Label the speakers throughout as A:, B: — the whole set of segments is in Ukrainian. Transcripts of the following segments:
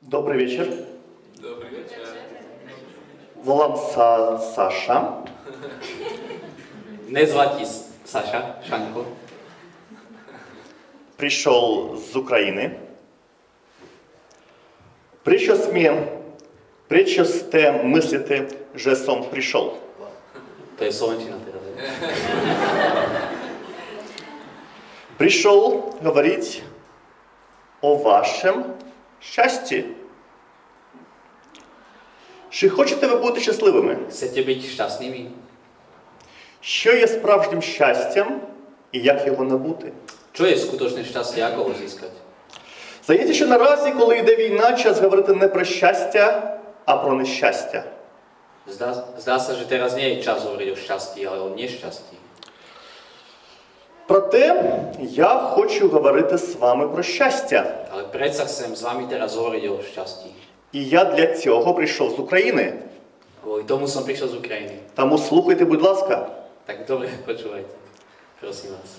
A: Добрий вечір.
B: Добрий вечір.
A: Волам Са- Саша.
C: Mnie zwati S- Sasia, Szanko.
A: Прийшов з України. Причо смі, причо сте мислите, що сам прийшов.
C: To teda, jest Sołęcina teraz.
A: Прийшов говорить о вашем щасті. Чи хочете ви бути щасливими?
C: Chcecie być szczęśliwi?
A: Що є справжнім щастям і як його набути?
C: Co jest skuteczne szczęście? Jak go uzyskać?
A: Здається, що наразі, коли йде війна, час говорити не про щастя, а про нещастя.
C: Zda, zdá sa, že teraz nie je čas hovoriť o šťastí, ale o nešťastí.
A: Проте я хочу говорити з вами про щастя.
C: Ale predsa chcem s vami teraz hovoriť o šťastí.
A: І я для цього прийшов з України.
C: Kvôli tomu som prišiel z Ukrajiny.
A: Тому слухайте, будь ласка.
C: Tak dobre, počúvajte. Prosím vás.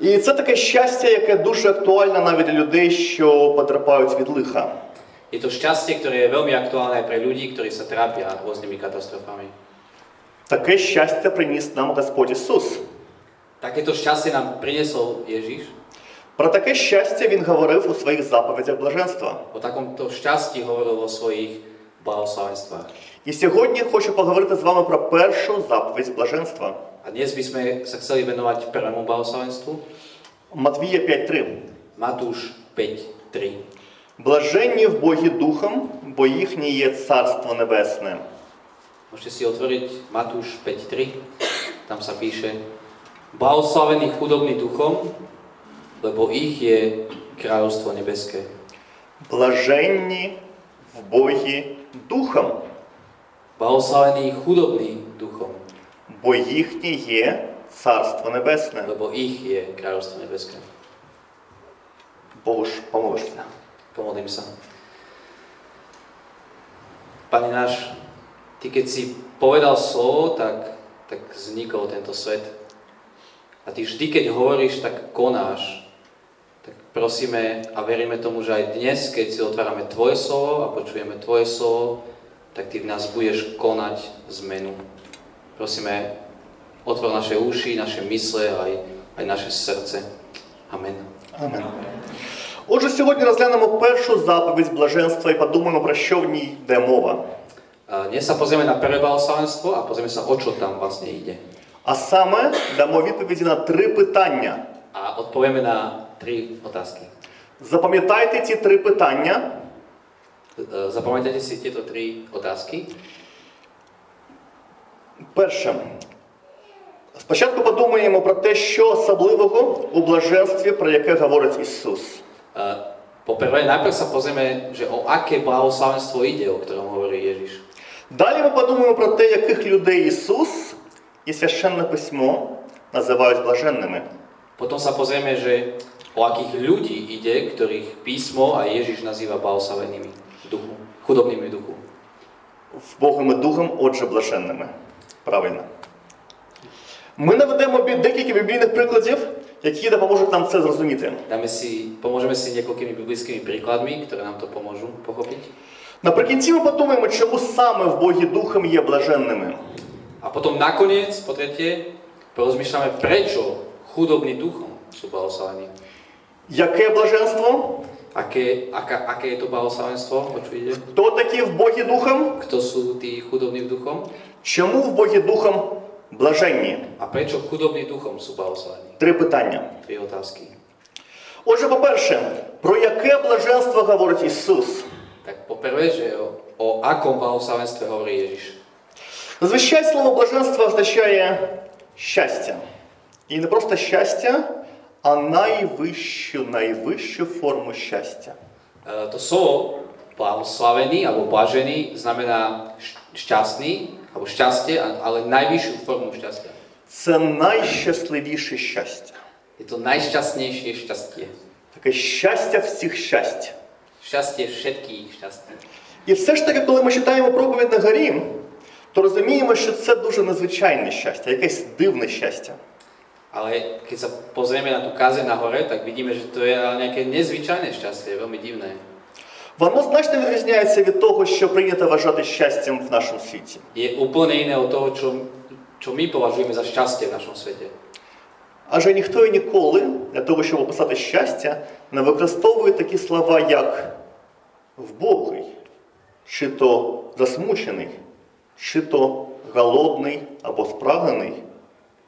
A: І це таке щастя, яке дуже актуальне навіть для людей, що потрапляють від лиха.
C: Je to šťastie, ktoré je veľmi aktuálne aj pre ľudí, ktorí sa trápia rôznymi katastrofami.
A: Таке щастя приніс нам Господь Ісус.
C: Takéto šťastie nám priniesol Ježiš.
A: Про таке щастя Він говорив у своїх заповідях блаженства.
C: O takomto šťastí hovoril vo svojich blahoslavenstvách.
A: І сьогодні хочу поговорити з вами про першу заповідь блаженства.
C: A dnes by sme sa chceli venovať prvému blahoslavenstvu.
A: Матвія 5.3.
C: Matúš 5.3.
A: Блаженні в Богі Духом, бо їхнє є Царство Небесне.
C: Môžete si otvoriť Matúš 5.3. Tam sa píše Blahoslavení chudobní duchom, lebo ich je kráľovstvo nebeské.
A: Блаженні в Богі Духом,
C: Blahoslavení chudobní duchom,
A: бо їхнє є Царство Небесне.
C: lebo ich je kráľovstvo nebeské.
A: Богу ж помолишся.
C: Pomodlím sa. Pane náš, Ty keď si povedal slovo, tak, tak vznikol tento svet. A Ty vždy, keď hovoríš, tak konáš. Tak prosíme a veríme tomu, že aj dnes, keď si otvárame Tvoje slovo a počujeme Tvoje slovo, tak Ty v nás budeš konať zmenu. Prosíme, otvor naše uši, naše mysle, aj, aj naše srdce. Amen.
A: Амен. Отже, сьогодні розглянемо першу заповідь блаженства і подумаємо, про що в ній йде мова.
C: A Dnes sa pozrieme na prvé blahoslavenstvo a pozrieme sa, o čo tam vlastne ide.
A: А саме дамо відповіді на три питання.
C: A odpovieme na tri otázky.
A: Запам'ятайте ці три питання.
C: E, Zapamätajte si tieto tri otázky. E,
A: Перше. Спочатку подумаємо про те, що особливого у блаженстві, про яке говорить Ісус.
C: E, Poprvé, najprv sa pozrieme, že o aké blahoslavenstvo ide, o ktorom hovorí Ježiš.
A: Далі ми подумаємо про те, яких людей Ісус і священне письмо називають блаженними.
C: Potom sa pozrieme, že o akých ľudí ide, ktorých písmo a Ježiš nazýva blahoslavenými v duchu, chudobnými v duchu.
A: В Богом і Духом, отже, блаженними. Правильно. Ми наведемо бі- декілька біблійних прикладів, які допоможуть нам це зрозуміти.
C: Dáme si, pomôžeme si niekoľkými biblickými príkladmi, ktoré nám to pomôžu pochopiť.
A: Наприкінці ми подумаємо, чому саме в Богі Духом є блаженними.
C: A potom nakoniec, po tretie, porozmýšľame, prečo chudobní duchom sú blahoslavení.
A: Яке блаженство?
C: Aké, aká, aké je to blahoslavenstvo, o čo ide?
A: Хто такі в Богі Духом?
C: Kto sú tí chudobní duchom?
A: Чому в Богі Духом блаженні?
C: A prečo chudobní duchom sú blahoslavení?
A: Три питання.
C: Tri otázky.
A: Отже, по-перше, про яке блаженство говорить Ісус?
C: Tak poprvé, že o, o akom blahoslavenstve hovorí Ježiš.
A: Зазвичай слово блаженство означає щастя. І не просто щастя, а найвищу, найвищу форму щастя.
C: E, to slovo blahoslavený alebo blažený znamená šť- šťastný alebo šťastie, a- ale najvyššiu formu šťastia.
A: Це найщасливіше щастя.
C: Je to najšťastnejšie šťastie.
A: Таке щастя всіх щастя.
C: Šťastie všetkých šťastí.
A: І все ж таки, коли ми читаємо проповідь на горі, то розуміємо, що це дуже незвичайне щастя, якесь дивне щастя.
C: Ale keď sa pozrieme na tú kázeň na hore, tak vidíme, že to je ale nejaké nezvyčajné šťastie, veľmi divné.
A: Воно значно відрізняється від того, що прийнято вважати щастям в нашому світі.
C: Je úplne iné od toho, čo, čo my považujeme za šťastie v našom svete.
A: Адже ніхто і ніколи для того, щоб описати щастя, не використовує такі слова, як вбогий, чи то засмучений, чи то голодний або спрагнений,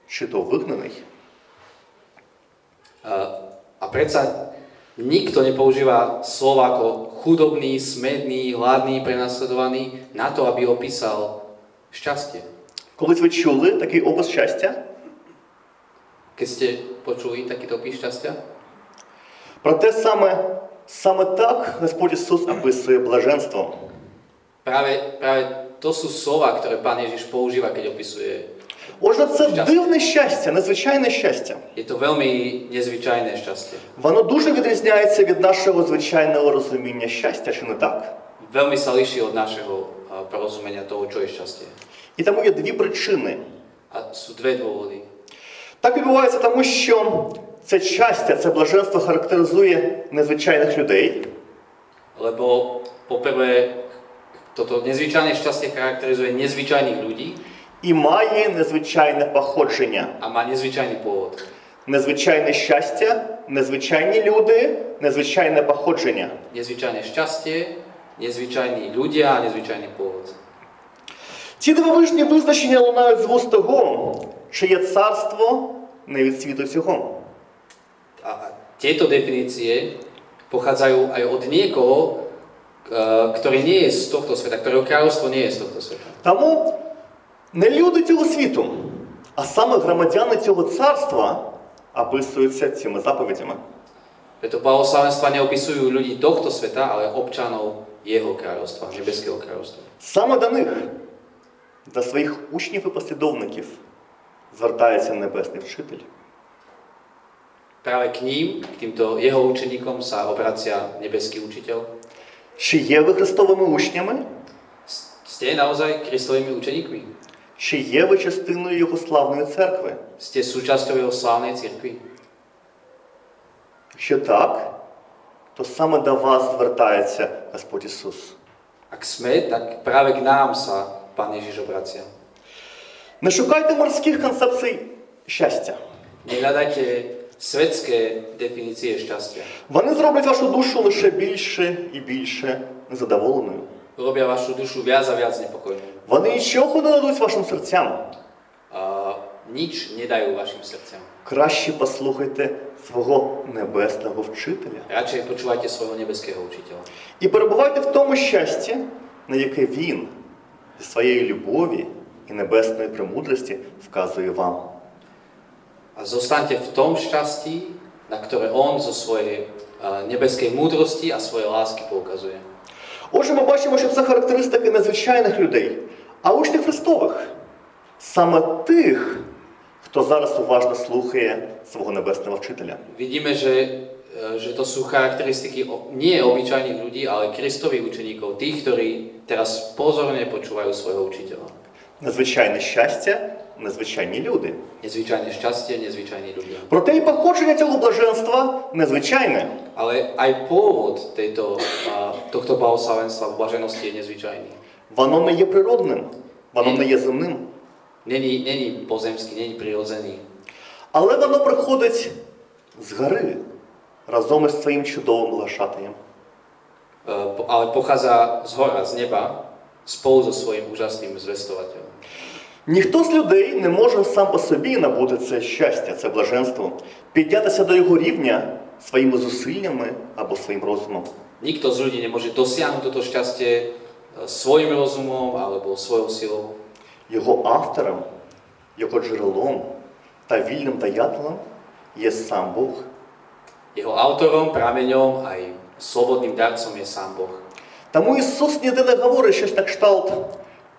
A: чи то вигнаний.
C: A, a predsa nikto nepoužíva slova ako chudobný, smedný, hladný, prenasledovaný na to, aby opísal šťastie.
A: Колись ви чули такий опис щастя?
C: Keď ste počuli takýto opis šťastia,
A: Проте саме, саме так Господь Ісус описує блаженство.
C: práve, práve to sú slova, ktoré pán Ježiš používa, keď opisuje.
A: Отже, це дивне щастя, незвичайне щастя.
C: Je to veľmi nezvyčajné šťastie.
A: Воно дуже відрізняється від нашого звичайного розуміння щастя, чи не так?
C: Veľmi sa líši od našeho a, porozumenia toho, čo je šťastie.
A: І тому є дві причини.
C: A sú dve dôvody.
A: Так відбувається тому, що це щастя, це блаженство характеризує незвичайних людей.
C: Lebo poprvé toto nezvyčajné šťastie charakterizuje nezvyčajných ľudí
A: І має незвичайне походження.
C: a má nezvyčajný pôvod.
A: Незвичайне щастя, незвичайні люди, незвичайне походження.
C: Nezvyčajné šťastie, nezvyčajní ľudia a nezvyčajný pôvod.
A: Ці дивовижні визначення лунають з вуст того, чиє царство не від світу цього.
C: A a tieto definície pochádzajú aj od niekoho, k- e, ktorý nie je z tohto sveta, ktorého kráľovstvo nie je z tohto sveta.
A: Тому не люди цього світу, а саме громадяни цього царства описуються цими заповідями.
C: Preto blahoslavenstva neopisujú ľudí tohto sveta, ale občanov jeho kráľovstva, nebeského kráľovstva.
A: Саме до них, до своїх учнів і послідовників, звертається Небесний Вчитель.
C: Práve k ním, k týmto jeho učeníkom sa obracia nebeský učiteľ.
A: Чи є ви Христовими учнями,
C: S- Ste naozaj Kristovými učeníkmi?
A: чи є ви частиною Його славної церкви?
C: Ste súčasťou jeho slávnej cirkvi?
A: Якщо так, то саме до вас звертається Господь Ісус.
C: Ak sme, tak práve k nám sa Pán Ježiš obracia.
A: Не шукайте морських концепцій щастя.
C: Nehľadajte svetské definície šťastia.
A: Вони зроблять вашу душу лише більше і більше незадоволеною.
C: Robia vašu dušu viac a viac nepokojnú.
A: Вони нічого не дадуть вашим серцям.
C: A nič nedajú vašim srdciam.
A: Краще послухайте свого небесного вчителя
C: Radšej počúvajte svojho nebeského učiteľa.
A: і перебувайте в тому щасті, на яке він зі своєї любові і небесної премудрості вказує вам.
C: A zostaňte v tom šťastí, na ktoré On zo svojej a, nebeskej múdrosti a svojej lásky poukazuje.
A: Отже, ми бачимо, що це характеристики незвичайних людей, а учнів Христових, саме тих, хто зараз уважно слухає свого небесного вчителя.
C: Vidíme, že, e, že to sú charakteristiky o- nie obyčajných ľudí, ale Kristových učeníkov, tých, ktorí teraz pozorne počúvajú svojho učiteľa.
A: Незвичайне щастя, незвичайні люди.
C: Nezvyčajné šťastie, nezvyčajní ľudia.
A: Проте і походження цього блаженства незвичайне.
C: Ale aj pôvod tejto, a, tohto blahoslavenstva v blaženosti je nezvyčajný.
A: Воно не є природним, воно не є земним,
C: Není, není pozemský, není prirodzený,
A: але воно приходить з гори разом із своїм чудовим лошатаєм.
C: e, po- ale pochádza z hora, z neba, spolu so svojím úžasným zvestovateľom.
A: Ніхто з людей не може сам по собі набути це щастя, це блаженство, піднятися до його рівня своїми зусиллями або своїм розумом.
C: Nikto z ľudí nemôže dosiahnuť toto šťastie e, svojim rozumom alebo svojou silou.
A: Його автором, його джерелом та вільним даятелем є сам Бог.
C: Jeho autorom, prameňom aj slobodným darcom je sám Boh.
A: Тому Ісус ніде не говорить щось на кшталт.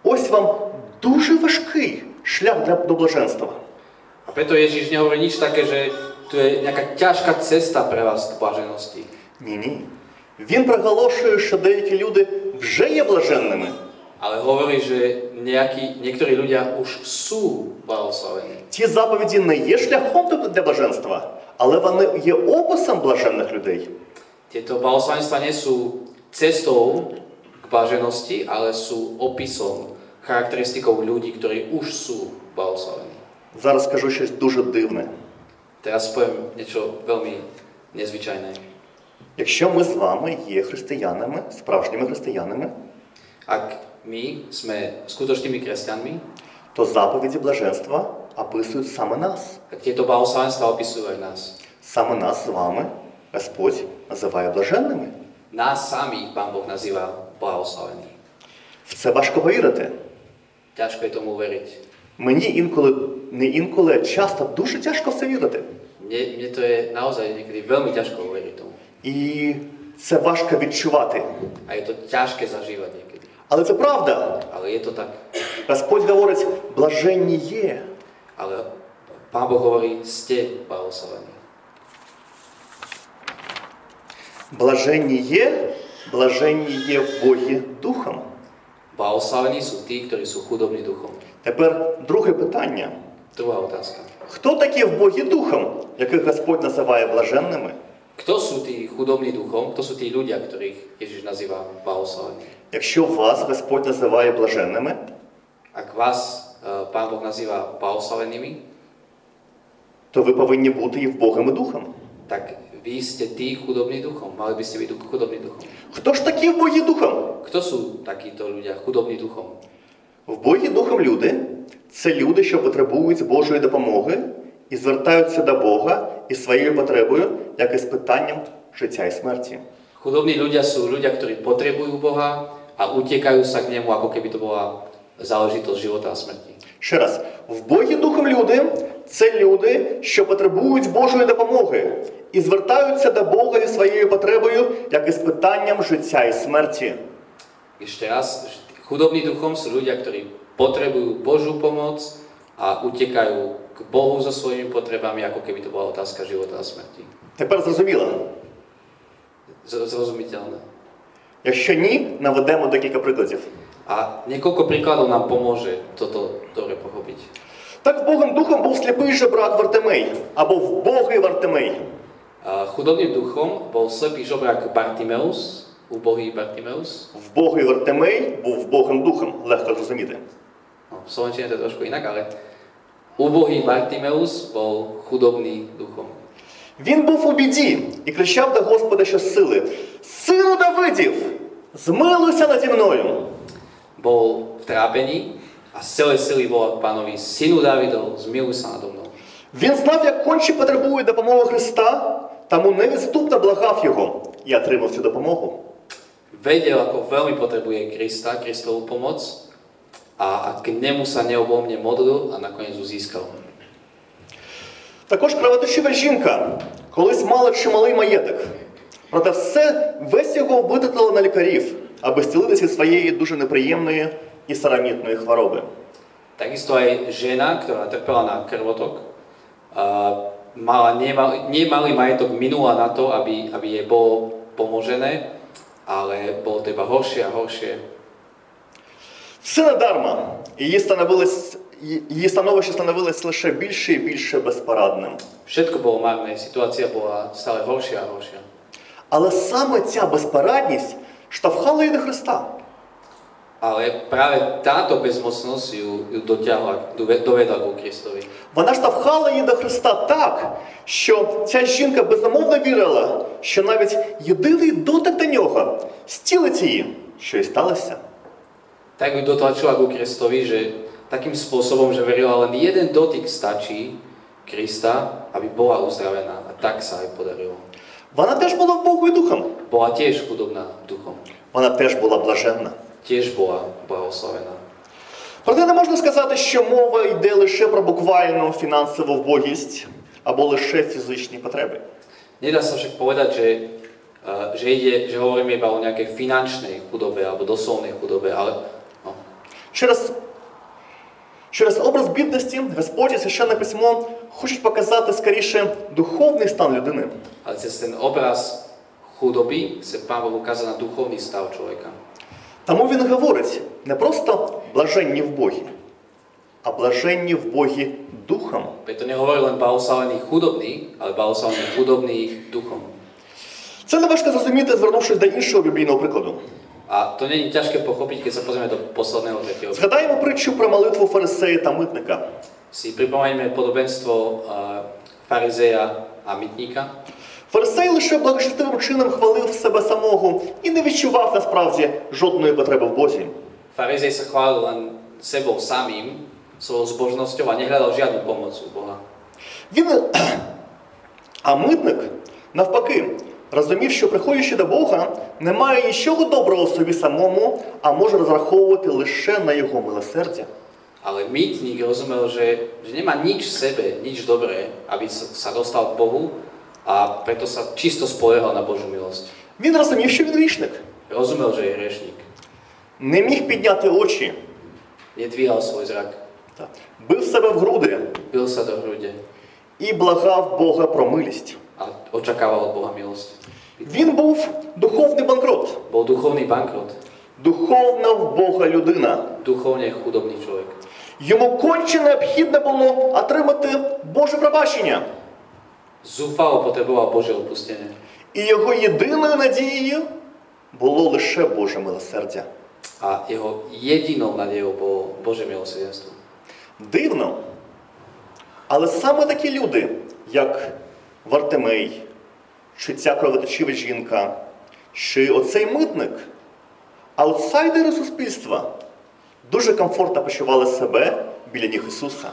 A: Ось вам дуже важкий шлях для до блаженства.
C: A preto Ježiš nehovorí nič také, že tu je nejaká ťažká cesta pre vás k blaženosti.
A: Ні, ні. Він проголошує, що деякі люди вже є блаженними.
C: Ale hovorí, že nejakí, niektorí ľudia už sú blahoslavení.
A: Ці заповіді не є шляхом до- для блаженства, але вони є описом блаженних людей.
C: Tieto blahoslavenstva nie sú cestou k blaženosti, ale sú opisom, charakteristikou ľudí, ktorí už sú blahoslavení.
A: Зараз скажу щось дуже дивне.
C: Teraz poviem niečo veľmi nezvyčajné.
A: Якщо ми з вами є християнами, справжніми християнами,
C: Ak my sme skutočnými kresťanmi,
A: то заповіді блаженства описують саме нас.
C: tak tieto blahoslavenstva opisujú aj nás.
A: Саме нас з вами Господь називає блаженними.
C: Nás samých Pán Boh nazýva blahoslavení.
A: В це важко повірити.
C: Ťažko je tomu veriť.
A: Мені інколи, не інколи, а часто дуже тяжко в це вірити.
C: Mne, mne to je naozaj niekedy veľmi ťažko veriť tomu.
A: І це важко відчувати.
C: A je to ťažké zažívať niekedy.
A: Але це правда.
C: Ale je to tak.
A: Господь говорить, блаженні є.
C: Ale Pán Boh hovorí, ste blahoslavení.
A: Блаженні є, блаженні є в Богі духом.
C: Blahoslavení sú tí, ktorí sú chudobní duchom.
A: Тепер друге питання.
C: Druhá otázka.
A: Хто такі в Богі духом, яких Господь називає блаженними?
C: Kto sú tí chudobní duchom? Kto sú tí ľudia, ktorých Ježiš nazýva blahoslavení?
A: Якщо вас Господь називає блаженними,
C: Ak vás e, Pán Boh nazýva blahoslavenými,
A: то ви повинні бути і вбогими духом.
C: tak vy ste tí chudobní duchom. Mali by ste byť du- chudobní duchom.
A: Хто ж такі вбогі духом?
C: Kto sú takíto ľudia chudobní duchom?
A: Вбогі духом люди це люди, що потребують Божої допомоги і звертаються до Бога із своєю потребою, як і з питанням життя і смерті.
C: Chudobní ľudia sú ľudia, ktorí potrebujú Boha a utekajú sa k nemu, ako keby to bola záležitosť života a smrti.
A: Ще раз, вбогі духом люди це люди, що потребують Божої допомоги і звертаються до Бога із своєю потребою, як і з питанням життя і смерті.
C: Ešte raz, chudobní duchom sú ľudia, ktorí potrebujú Božú pomoc a utekajú k Bohu so svojimi potrebami, ako keby to bola otázka života a smrti.
A: Тепер зрозуміло.
C: Z- Zrozumiteľné.
A: Якщо ні, наведемо декілька прикладів.
C: A niekoľko príkladov nám pomôže toto dobre pochopiť.
A: Так Богом духом був сліпий жебрак Вартимей або вбогий Вартимей.
C: A Chudobným duchom bol slepý žobrák Bartimeus, ubohý Bartimeus.
A: Вбогий Вартимей був вбогим духом, легко зрозуміти.
C: No, v Slovenčine to je trošku inak, ale ubohý Bartimeus bol chudobný duchom.
A: Він був у біді і кричав до Господа щосили: Сину Давидів, змилуйся наді мною.
C: Bol v trápení a z celej sily volal k pánovi, synu Dávidov, zmiluj sa nado mnou.
A: Він знав, як конче потребує допомоги Христа, тому невідступно благав його і отримав цю допомогу.
C: Vedel, ako veľmi potrebuje Krista, Kristovú pomoc a, a k nemu sa neobomne modlil a nakoniec ju získal.
A: Також кровоточива жінка колись мала чималий маєток. Проте все весь його витратила на лікарів, аби зцілитися від своєї дуже неприємної і сарамітної хвороби.
C: Takisto aj žena, ktorá trpela na krvotok, a mala nemal, nemalý majetok minula na to, aby, aby jej bolo pomožené, ale bolo to iba horšie a horšie.
A: Все надарма. Її, становилось- її становище становилось лише більше і більше безпорадним.
C: Všetko bolo marné, situácia bola stále horšia a horšia.
A: Але саме ця безпорадність штовхала її до Христа.
C: Ale práve táto bezmocnosť ju, ju dotiahla, dove- dovedla ku Kristovi.
A: Вона штовхала її до Христа так, що ця жінка безумовно вірила, що навіть єдиний дотик до нього стілить її, що і сталося.
C: Tak ju dotlačila ku Kristovi, že takým spôsobom, že verila len jeden dotyk stačí Krista, aby bola uzdravená. A tak sa aj podarilo.
A: Вона теж була в Богу і духом.
C: bola tiež chudobná duchom.
A: Вона теж була блаженна.
C: Tiež bola blahoslavená.
A: Проте не можна сказати, що мова йде лише про буквальну фінансову вбогість або лише фізичні потреби.
C: Nedá sa však povedať, že, e, že, ide, že hovoríme iba o nejakej finančnej chudobe alebo doslovnej chudobe, ale no,
A: Через, через образ бідності Господь і священне письмо хочуть показати скоріше духовний стан людини.
C: ale cez ten obraz chudoby sa Pán Boh ukázal na duchovný stav človeka.
A: Тому він говорить не просто блаженні в Богі, а блаженні в Богі духом.
C: Preto nehovorí len blahoslavený chudobný, ale blahoslavený chudobný duchom.
A: Це не важко зрозуміти, звернувшись до іншого біблійного прикладу.
C: A to není ťažké pochopiť, keď sa pozrieme do posledného tretieho.
A: Згадаємо притчу про молитву фарисея та митника.
C: Si pripomeňme podobenstvo eh, farizeja a mytníka.
A: Фарисей лише благочестивим чином хвалив себе самого і не відчував насправді жодної потреби в Бозі.
C: Farizej sa chválil len sebou samým, svojou zbožnosťou a nehľadal žiadnu pomoc u Boha.
A: Він, а митник, навпаки, розумів, що приходячи до Бога, немає нічого доброго в собі самому, а може розраховувати лише на його милосердя.
C: Ale mýtnik rozumel, že, že nemá nič v sebe, nič dobré, aby sa sa dostal k Bohu a preto sa čisto spoliehal na Božiu milosť.
A: Він розумів, що він грішник,
C: Rozumel, že je hriešnik.
A: не міг підняти очі,
C: Nedvíhal svoj zrak,
A: та, бив себе в груди
C: bil sa do hrude
A: і благав Бога про милість.
C: a očakával od Boha milosť.
A: Він був духовний банкрот,
C: Bol duchovný bankrot,
A: духовна в Бога людина.
C: duchovne chudobný človek.
A: Йому конче необхідно було отримати Боже пробачення.
C: Zúfalo potreboval Božie odpustenie
A: І його єдиною надією було лише Боже милосердя.
C: a jeho jedinou nádejou bolo Bože milosrdenstvo.
A: Дивно. Але саме такі люди, як Вартимей, чи ця кровоточива жінка, чи оцей митник, аутсайдери суспільства дуже комфортно почували себе біля ніг Ісуса.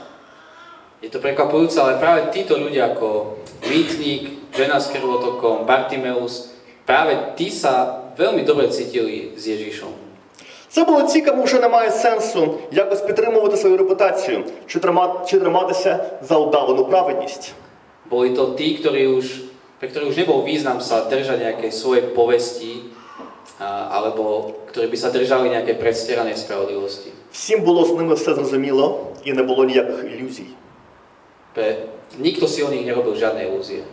C: Je to prekvapujúce, ale práve títo ľudia ako Mýtnik, žena s krvotokom, Bartimeus, práve tí sa veľmi dobre cítili s Ježišom.
A: Це було ті, кому вже немає сенсу якось підтримувати свою репутацію чи, трима- чи триматися за удавану праведність.
C: Boli to tí, ktorí už, pre ktorých už nebol význam sa držať nejakej svojej povesti, a, alebo ktorí by sa držali nejakej predstieranej spravodlivosti.
A: Всім було з ними все зрозуміло і не було ніяких ілюзій.
C: Pre, nikto si o nich nerobil žiadne ilúzie.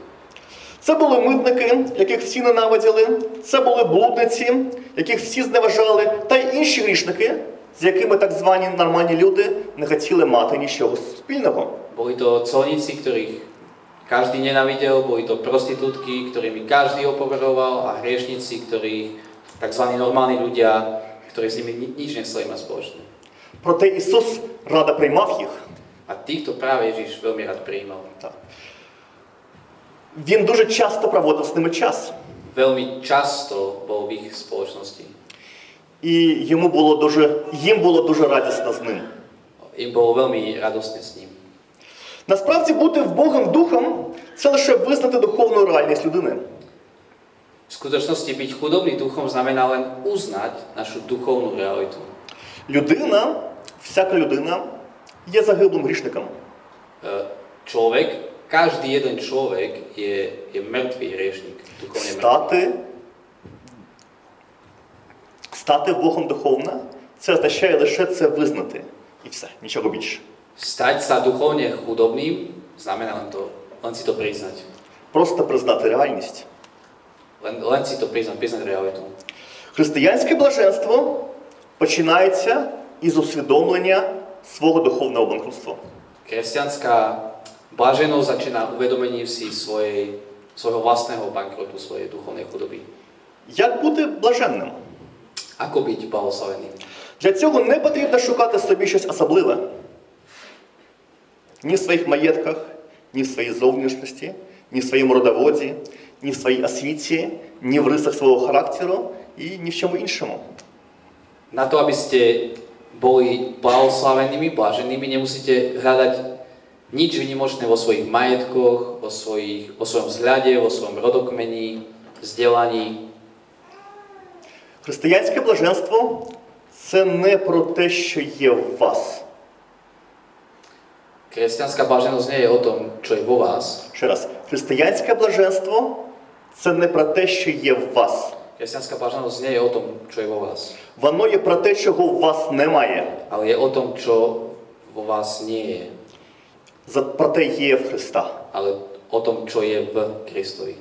A: Це були митники, яких всі ненавиділи, це були блудниці, яких всі зневажали, та й інші грішники, з якими так звані нормальні люди не хотіли мати нічого спільного.
C: Boli to colníci, ktorých každý nenávidel, boli to prostitútky, ktorými každý opoveroval a hriešnici, ktorých tzv. normálni ľudia, ktorí s nimi ni- nič nechceli mať spoločné.
A: Проте Ісус радо приймав їх.
C: A týchto práve Ježiš veľmi rád prijímal.
A: Та. Він дуже часто проводив з ними час.
C: Veľmi často bol v ich spoločnosti.
A: І йому було дуже, їм було дуже радісно з ним.
C: Im bolo veľmi radostne s ním.
A: Насправді бути в Богом духом це лише визнати духовну реальність людини.
C: V skutočnosti byť chudobný duchom znamená len uznať našu duchovnú realitu.
A: Людина, всяка людина, є загиблим грішником.
C: E, Človek, každý jeden človek je, je mŕtvý hriešnik. Duchovne mŕtvý.
A: Стати, стати Богом духовно це означає лише це визнати. І все, нічого більше.
C: Stať sa duchovne chudobným znamená len to, len si to priznať.
A: Просто признати реальність.
C: Len, len si to priznať, priznať realitu.
A: Християнське блаженство починається із усвідомлення свого духовного банкрутства.
C: Kresťanská blaženosť začína uvedomením si svojej, svojho vlastného bankrotu, svojej duchovnej chudoby.
A: Як бути блаженним?
C: Ako byť blahoslavený?
A: Для цього не потрібно шукати собі щось особливе. Ні в своїх маєтках, ні в своїй зовнішності, ні в своєму родоводі, ні в своїй освіті, ні в рисах свого характеру і ні в чому іншому.
C: Na to, aby ste boli blahoslavenými, blaženými, nemusíte hľadať nič vynimočné vo svojich majetkoch, vo, svojich, vo svojom vzhľade, vo svojom rodokmení, vzdelaní,
A: Християнське блаженство це не про те, що є в вас.
C: Kresťanská blaženosť nie je o tom, čo je vo vás.
A: Ще раз, християнське блаженство це не про те, що є в вас.
C: Kresťanská blaženosť nie je o tom, čo je vo vás.
A: Воно є про те, чого в вас немає,
C: Ale je o tom, čo vo vás nie je.
A: за- проте є в Христа.
C: Ale o tom, čo je v Kristovi.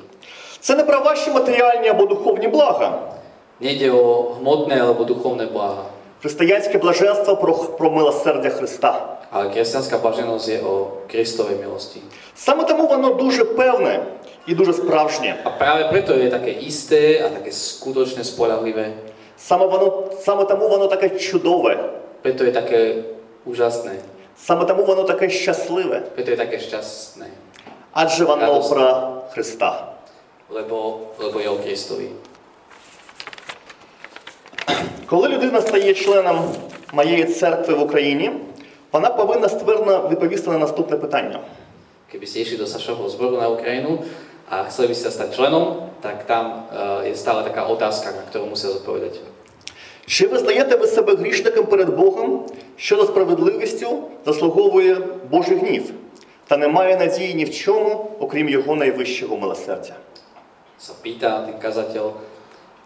A: Це не про ваші матеріальні або духовні блага.
C: Nejde o hmotné alebo duchovné bláha.
A: Християнське блаженство про, про милосердя Христа.
C: Ale kresťanská blaženosť je o Kristovej milosti.
A: Саме тому воно дуже певне і дуже справжнє.
C: A práve preto je také isté a také skutočne spolahlivé.
A: Саме, воно, саме тому воно таке чудове,
C: Preto je také úžasné.
A: саме тому воно таке щасливе,
C: Preto je také šťastné.
A: адже воно
C: Радосне.
A: про Христа.
C: Lebo, lebo je o Kristovi.
A: Коли людина стає членом моєї церкви в Україні, вона повинна ствердно відповісти на наступне питання.
C: Keby ste išli do Sašovho zboru na Ukrajinu a chceli by ste sa stať členom, tak tam eh, je stále taká otázka, na ktorú musia zodpovedať.
A: Чи визнаєте ви себе грішником перед Богом, що за справедливістю заслуговує Божий гнів, та не має надії ні в чому, окрім його найвищого милосердя?
C: Sa pýta ten kazateľ,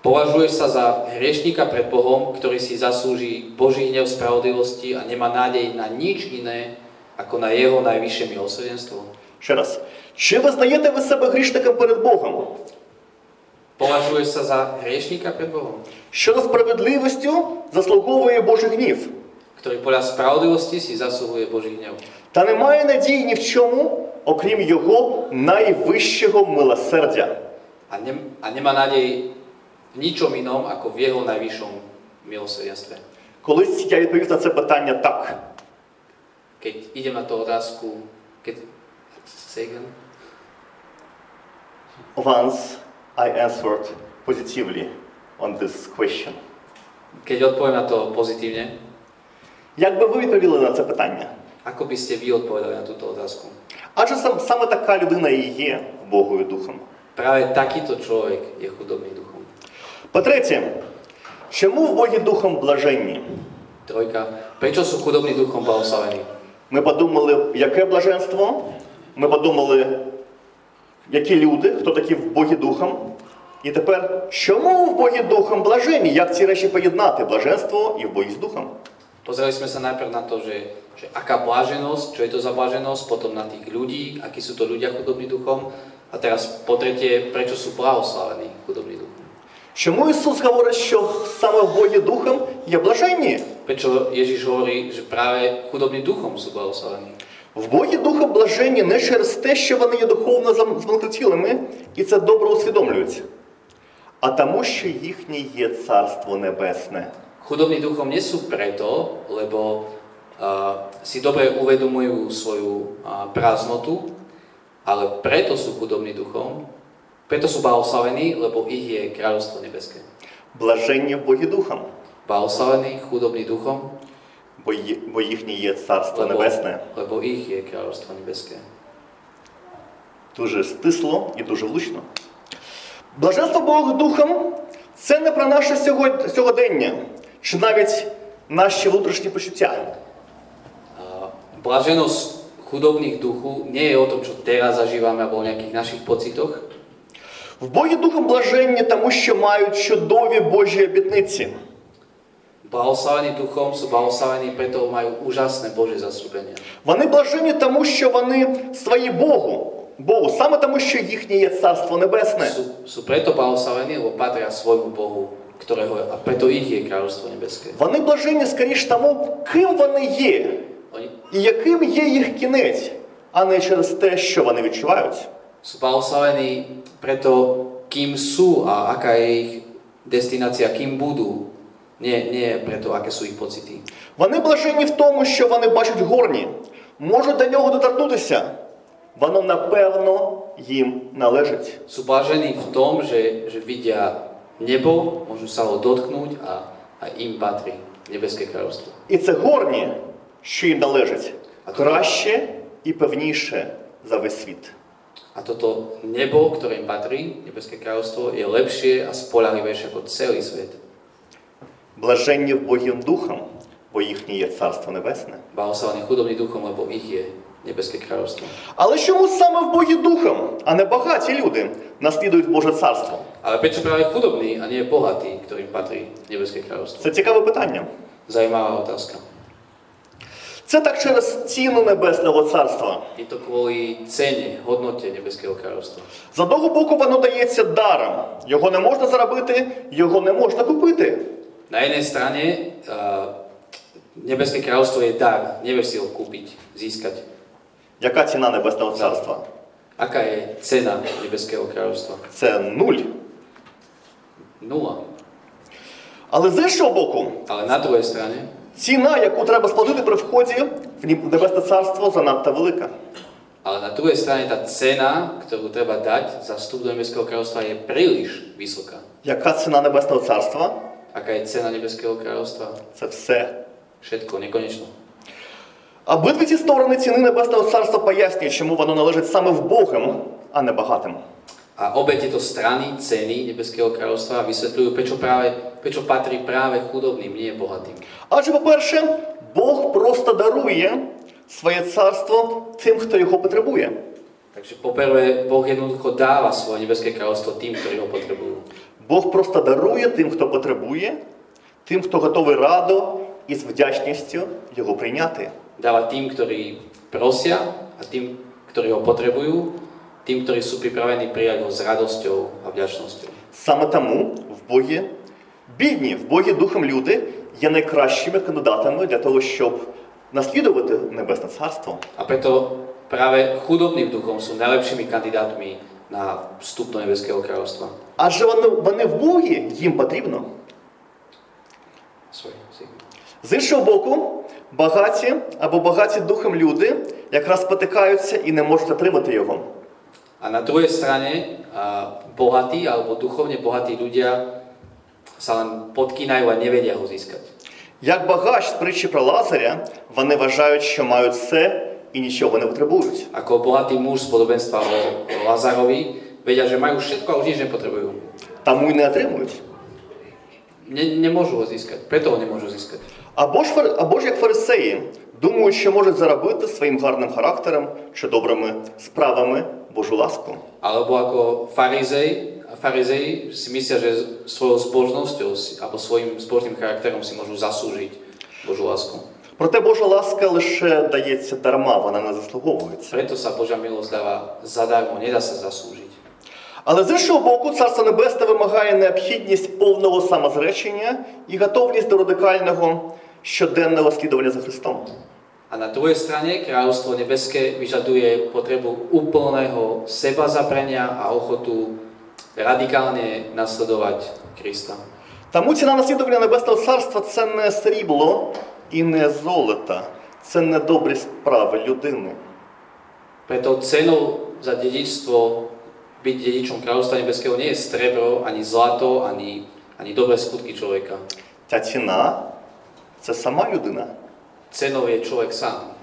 C: považuješ sa za hriešníka pred Bohom, ktorý si zaslúži Boží hnev spravodlivosti a nemá nádej na nič iné, ako na jeho najvyššie milosrdenstvo?
A: Ще раз. Чи визнаєте ви себе грішником перед Богом,
C: Považuješ sa za hriešníka pred Bohom,
A: що за справедливістю заслуговує Божий гнів,
C: ktorý podľa spravodlivosti si zasluhuje Boží hnev
A: та не має надії ні в чому, окрім його найвищого милосердя?
C: a, ne- a nemá nádej v ničom inom, ako v jeho najvyššom milosrdenstve?
A: Колись я відповів на це питання так.
C: Keď idem na tú otázku, keď... Say again?
A: Once I answered positively on this question.
C: Keď odpoviem na to pozitívne,
A: Як би ви відповіли на це питання?
C: ako by ste vy odpovedali na túto otázku?
A: Адже сам, саме така людина і є Богою Духом.
C: Práve takýto človek je chudobný duchom.
A: По-третє, чому в Богі Духом блаженні?
C: Trojka. Prečo sú chudobní duchom blahoslavení?
A: Ми подумали, яке блаженство, ми подумали, які люди, хто такі в Богі Духом. І тепер, чому в Богі Духом блаженні? Як ці речі поєднати? Блаженство і в Богі з Духом.
C: Pozreli sme sa najprv na to, že, že aká bláženosť, čo je to za bláženosť, potom na tých ľudí, akí sú to ľudia chudobní duchom a teraz po tretie, prečo sú blahoslavení chudobní duchom.
A: Чому Ісус говорить, що саме в Богі Духом є блаженні?
C: Prečo Ježiš hovorí, že práve chudobní duchom sú blahoslavení?
A: В Богі Духа блаженні не через те, що вони є духовно зам- зманкотілими, і це добре усвідомлюють, а тому, що їхнє є Царство Небесне.
C: Chudobní duchom nie sú preto, lebo uh, si dobre uvedomujú svoju uh, prázdnotu, ale preto sú chudobní duchom, preto sú blahoslavení, lebo ich je kráľovstvo nebeské.
A: Блаженні в Богі Духом,
C: Blahoslavení chudobní duchom,
A: бо, є- бо їхнє є Царство
C: lebo,
A: Небесне.
C: lebo ich je kráľovstvo nebeské.
A: Дуже стисло і дуже влучно. Блаженство Бога Духом це не про наше сьогодь- сьогодення, чи навіть наші внутрішні почуття.
C: Uh, blaženosť chudobných duchu nie je o tom, čo teraz zažívame alebo o nejakých našich pocitoch,
A: В Богі Духом блаженні, тому що мають чудові Божі обітниці.
C: Blahoslavení duchom sú blahoslavení, preto majú úžasné Božie zasľúbenia.
A: Вони блажені, тому що вони свої Богу. Богу, саме тому, що їхнє є Царство Небесне.
C: Sú, sú preto blahoslavení, lebo patria svojmu Bohu, ktorého je, a preto ich je kráľovstvo nebeské.
A: Вони блажені скоріш тому, ким вони є,
C: Oni
A: і яким є їх кінець, а не через те, що вони відчувають.
C: sú blahoslavení preto, kým sú a aká je ich destinácia, kým budú. Nie, nie preto, aké sú ich pocity.
A: Вони блажені в тому, що вони бачать горні, можуть до нього доторкнутися. Воно напевно їм належить.
C: Sú blažení v tom, že, že vidia nebo, môžu sa ho dotknúť a, a im patrí nebeské kráľovstvo.
A: І це горні, що їм належить, краще і певніше за весь світ.
C: A toto nebo, ktoré im patrí, nebeské kráľovstvo, je lepšie a spolahlivejšie ako celý svet.
A: Блаженні в Богім Духом, бо їхнє є Царство Небесне.
C: Blahoslavení chudobný duchom, lebo ich je nebeské kráľovstvo.
A: Але чому саме в Богі Духом, а не багаті люди наслідують Боже Царство?
C: Ale prečo práve chudobný a nie bohatý, ktorým patrí nebeské kráľovstvo?
A: Це цікаве питання.
C: Zajímavá otázka.
A: Це так через ціну Небесного Царства.
C: Je to kvôli cene, hodnote nebeského kráľovstva.
A: З одного боку, воно дається даром. Його не можна заробити, його не можна купити.
C: Na jednej strane uh, nebeské kráľovstvo je dar, nevieš si ho kúpiť, získať.
A: Яка ціна Небесного Царства?
C: Aká je cena Nebeského kráľovstva?
A: Це нуль.
C: Nula.
A: Але з іншого боку,
C: Ale na druhej strane,
A: ціна, яку треба сплатити при вході в Небесне Царство, занадто велика.
C: ale na druhej strane tá cena, ktorú treba dať za vstup do Nebeského kráľovstva je príliš vysoká.
A: Яка ціна Небесного Царства?
C: Aká je cena Nebeského kráľovstva?
A: Це все.
C: Všetko, nekonečno.
A: Обидві ці сторони ціни Небесного Царства пояснюють, чому воно належить саме вбогим, а не багатим.
C: A obe tieto strany ceny Nebeského kráľovstva vysvetľujú, prečo, práve, prečo patrí práve chudobným, nie bohatým.
A: Адже, по-перше, Бог просто дарує своє царство тим, хто його потребує.
C: Takže poprvé, Boh jednoducho dáva svoje Nebeské kráľovstvo tým, ktorí ho potrebujú.
A: Бог просто дарує тим, хто потребує, тим, хто готовий радо і з вдячністю його прийняти.
C: Dáva tým, ktorí prosia a tým, ktorí ho potrebujú, tým, ktorí sú pripravení prijať ho s radosťou a vďačnosťou.
A: Саме тому в Богі бідні, в Богі духом люди є найкращими кандидатами для того, щоб наслідувати Небесне Царство.
C: A preto práve chudobným duchom sú najlepšími kandidátmi na vstup do Nebeského kráľovstva.
A: Адже вони, вони в Богі їм потрібно.
C: Sorry, sorry.
A: З іншого боку, багаті або багаті духом люди якраз спотикаються і не можуть отримати його.
C: A na druhej strane a, bohatí alebo duchovne bohatí ľudia sa len podkýnajú a nevedia ho získať.
A: Як багач з притчі про Лазаря, вони вважають, що мають все і нічого не потребують.
C: Ako bohatý muž z podobenstva o o Lazarovi, vedia, že majú všetko a už nič nepotrebujú.
A: Тому й не отримують.
C: Ne, nemôžu ho získať, preto ho nemôžu získať.
A: Або ж, фар- або ж як фарисеї, думають, що можуть заробити своїм гарним характером чи добрими справами Божу ласку.
C: Alebo ako farizej, farizei si myslia, že svojou zbožnosťou si- alebo svojim zbožným charakterom si môžu zaslúžiť Božú lásku.
A: Проте Божа ласка лише дається дарма, вона не заслуговується.
C: Preto sa Božia milosť dáva zadarmo, nedá sa zaslúžiť.
A: Але з іншого боку, Царство Небесне вимагає необхідність повного самозречення і готовність до радикального щоденного слідування за Христом.
C: A na druhej strane kráľovstvo nebeské vyžaduje potrebu úplného seba zaprenia a ochotu radikálne nasledovať Krista.
A: Тому ціна наслідування Небесного Царства це не срібло і не золото, це не добрі справи людини.
C: Preto cenou za dedičstvo byť dedičom kráľovstva nebeského nie je strebro, ani zlato, ani, ani dobré skutky človeka.
A: Ця ціна це сама людина.
C: Cenou je človek sám.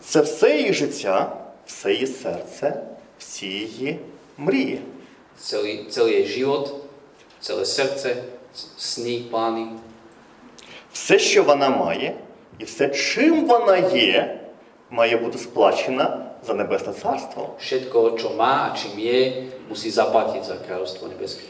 A: Це все її життя, все її серце, всі її мрії.
C: Celý, celý jej život, celé srdce, s- sny, plány.
A: Все, що вона має, і все, чим вона є, має бути сплачена за Небесне Царство.
C: Všetko, čo má a čím je, musí zaplatiť za kráľovstvo nebeské.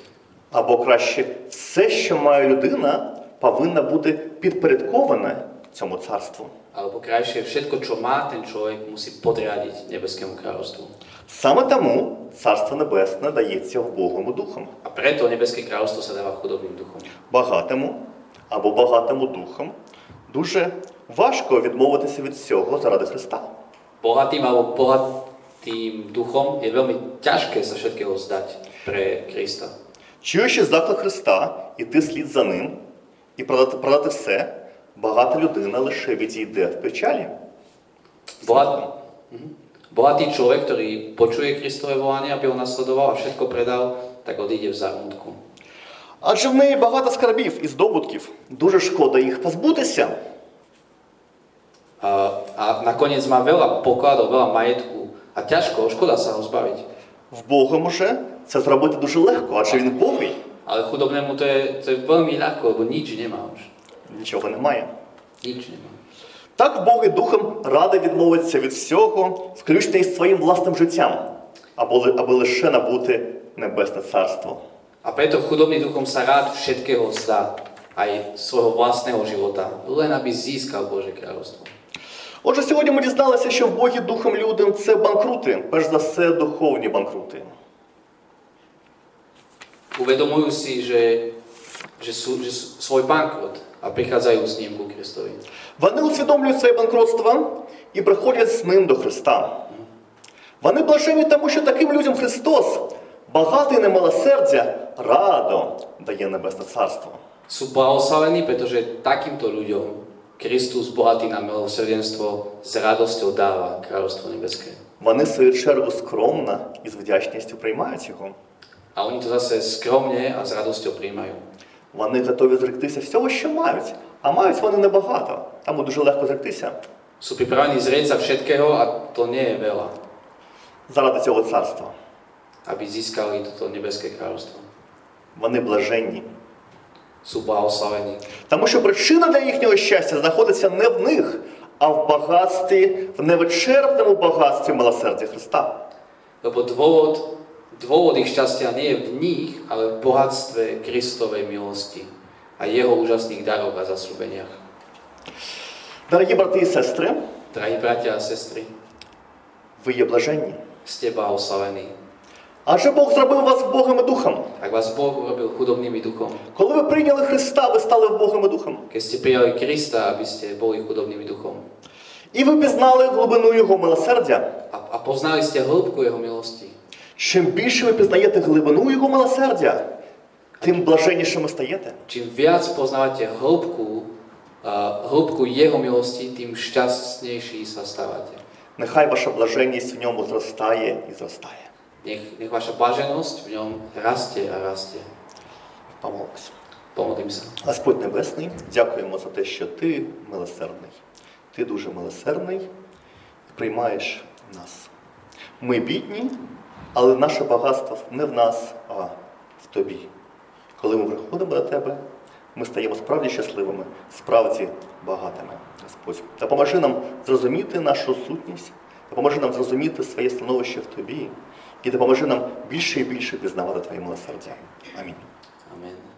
A: Або краще, все, що має людина, повинна бути підпорядкована цьому царству.
C: Alebo krajšie, všetko, čo má ten človek, musí podriadiť nebeskému kráľovstvu.
A: Саме тому Царство Небесне дається вбогому духом,
C: A preto nebeské kráľovstvo sa dáva chudobným duchom.
A: багатому або багатому духом. Дуже важко відмовитися від цього заради Христа.
C: Bohatým alebo bohatým duchom je veľmi ťažké sa všetkého zdať pre Krista.
A: Чуючи заклик Христа, іти слід за ним і продати, продати все, багата людина лише відійде в печалі.
C: Bohat, Mhm. bohatý človek, ktorý počuje Kristové volanie, aby ho nasledoval a všetko predal, tak odíde v zármutku.
A: Адже в неї багато скарбів і здобутків. Дуже шкода їх позбутися.
C: A, a nakoniec má veľa pokladov, veľa majetku a ťažko, škoda sa ho zbaviť.
A: В Бога може це зробити дуже легко, адже він Богий,
C: Ale chudobnému to je, to je veľmi ľahko, lebo nič nemá už.
A: нічого немає.
C: Nič nemá.
A: Так Бог і духом радий відмовитися від всього, включно із своїм власним життям, або ли- аби лише набути небесне царство.
C: A preto chudobný duchom sa rád všetkého vzdá, aj svojho vlastného života, len aby získal Bože kráľovstvo.
A: Отже, сьогодні ми дізналися, що в Богі духом людям це банкрути, перш за все, духовні банкрути.
C: Uvedomujú si, že, že sú že sú svoj bankrot a prichádzajú s ním ku Kristovi.
A: Вони усвідомлюють своє банкротство і приходять з ним до Христа. Вони блажені, тому що таким людям Христос, багатий на милосердя, радо дає Небесне Царство.
C: Sú blahoslavení, pretože takýmto ľuďom Kristus, bohatý na milosrdenstvo, s radosťou dáva kráľovstvo nebeské.
A: Вони, в свою чергу, скромно і з вдячністю приймають його.
C: A oni to zase skromne a s radosťou príjmajú.
A: Вони готові зректися всього, що мають, а мають вони небагато. Тому дуже легко зректися
C: Sú pripravení zrieť sa všetkého a to nie je veľa,
A: заради цього царства.
C: aby získali toto nebeské kráľovstvo.
A: Вони блаженні.
C: Sú blahoslavení.
A: Тому що причина для їхнього щастя знаходиться не в них, а в багатстві, в невичерпному багатстві милосердя Христа.
C: Lebo dôvod, dôvod ich šťastia nie je v nich, ale v bohatstve Kristovej milosti a jeho úžasných darov a zasľúbeniach.
A: Дорогі брати і сестри,
C: Drahí bratia a sestry,
A: ви є блаженні.
C: ste blahoslavení.
A: Адже Бог зробив вас Богом і духом.
C: Ak vás Boh urobil chudobným i duchom,
A: Коли ви прийняли Христа, ви стали Богом і духом.
C: keď ste prijali Krista, aby ste boli chudobnými duchom
A: І ви пізнали глибину Його милосердя.
C: a, a poznali ste hĺbku jeho milosti,
A: Чим більше ви пізнаєте глибину Його милосердя, тим блаженнішими стаєте.
C: čím viac poznávate hĺbku, a hĺbku jeho milosti, tým šťastnejší sa stávate.
A: Нехай ваша блаженність в ньому зростає і зростає.
C: Nech, nech vaša bláženosť v ňom rastie a rastie.
A: Помолимось.
C: Pomodlím sa.
A: Господь Небесний, дякуємо за те, що ти милосердний. Ти дуже милосердний і приймаєш нас. Ми бідні, але наше багатство не в нас, а в тобі. Коли ми приходимо до тебе, ми стаємо справді щасливими, справді багатими. Господь, допоможи нам зрозуміти нашу сутність, допоможи нам зрозуміти своє становище в тобі і допоможи нам більше і більше пізнавати твоє милосердя. Амінь.
C: Amen.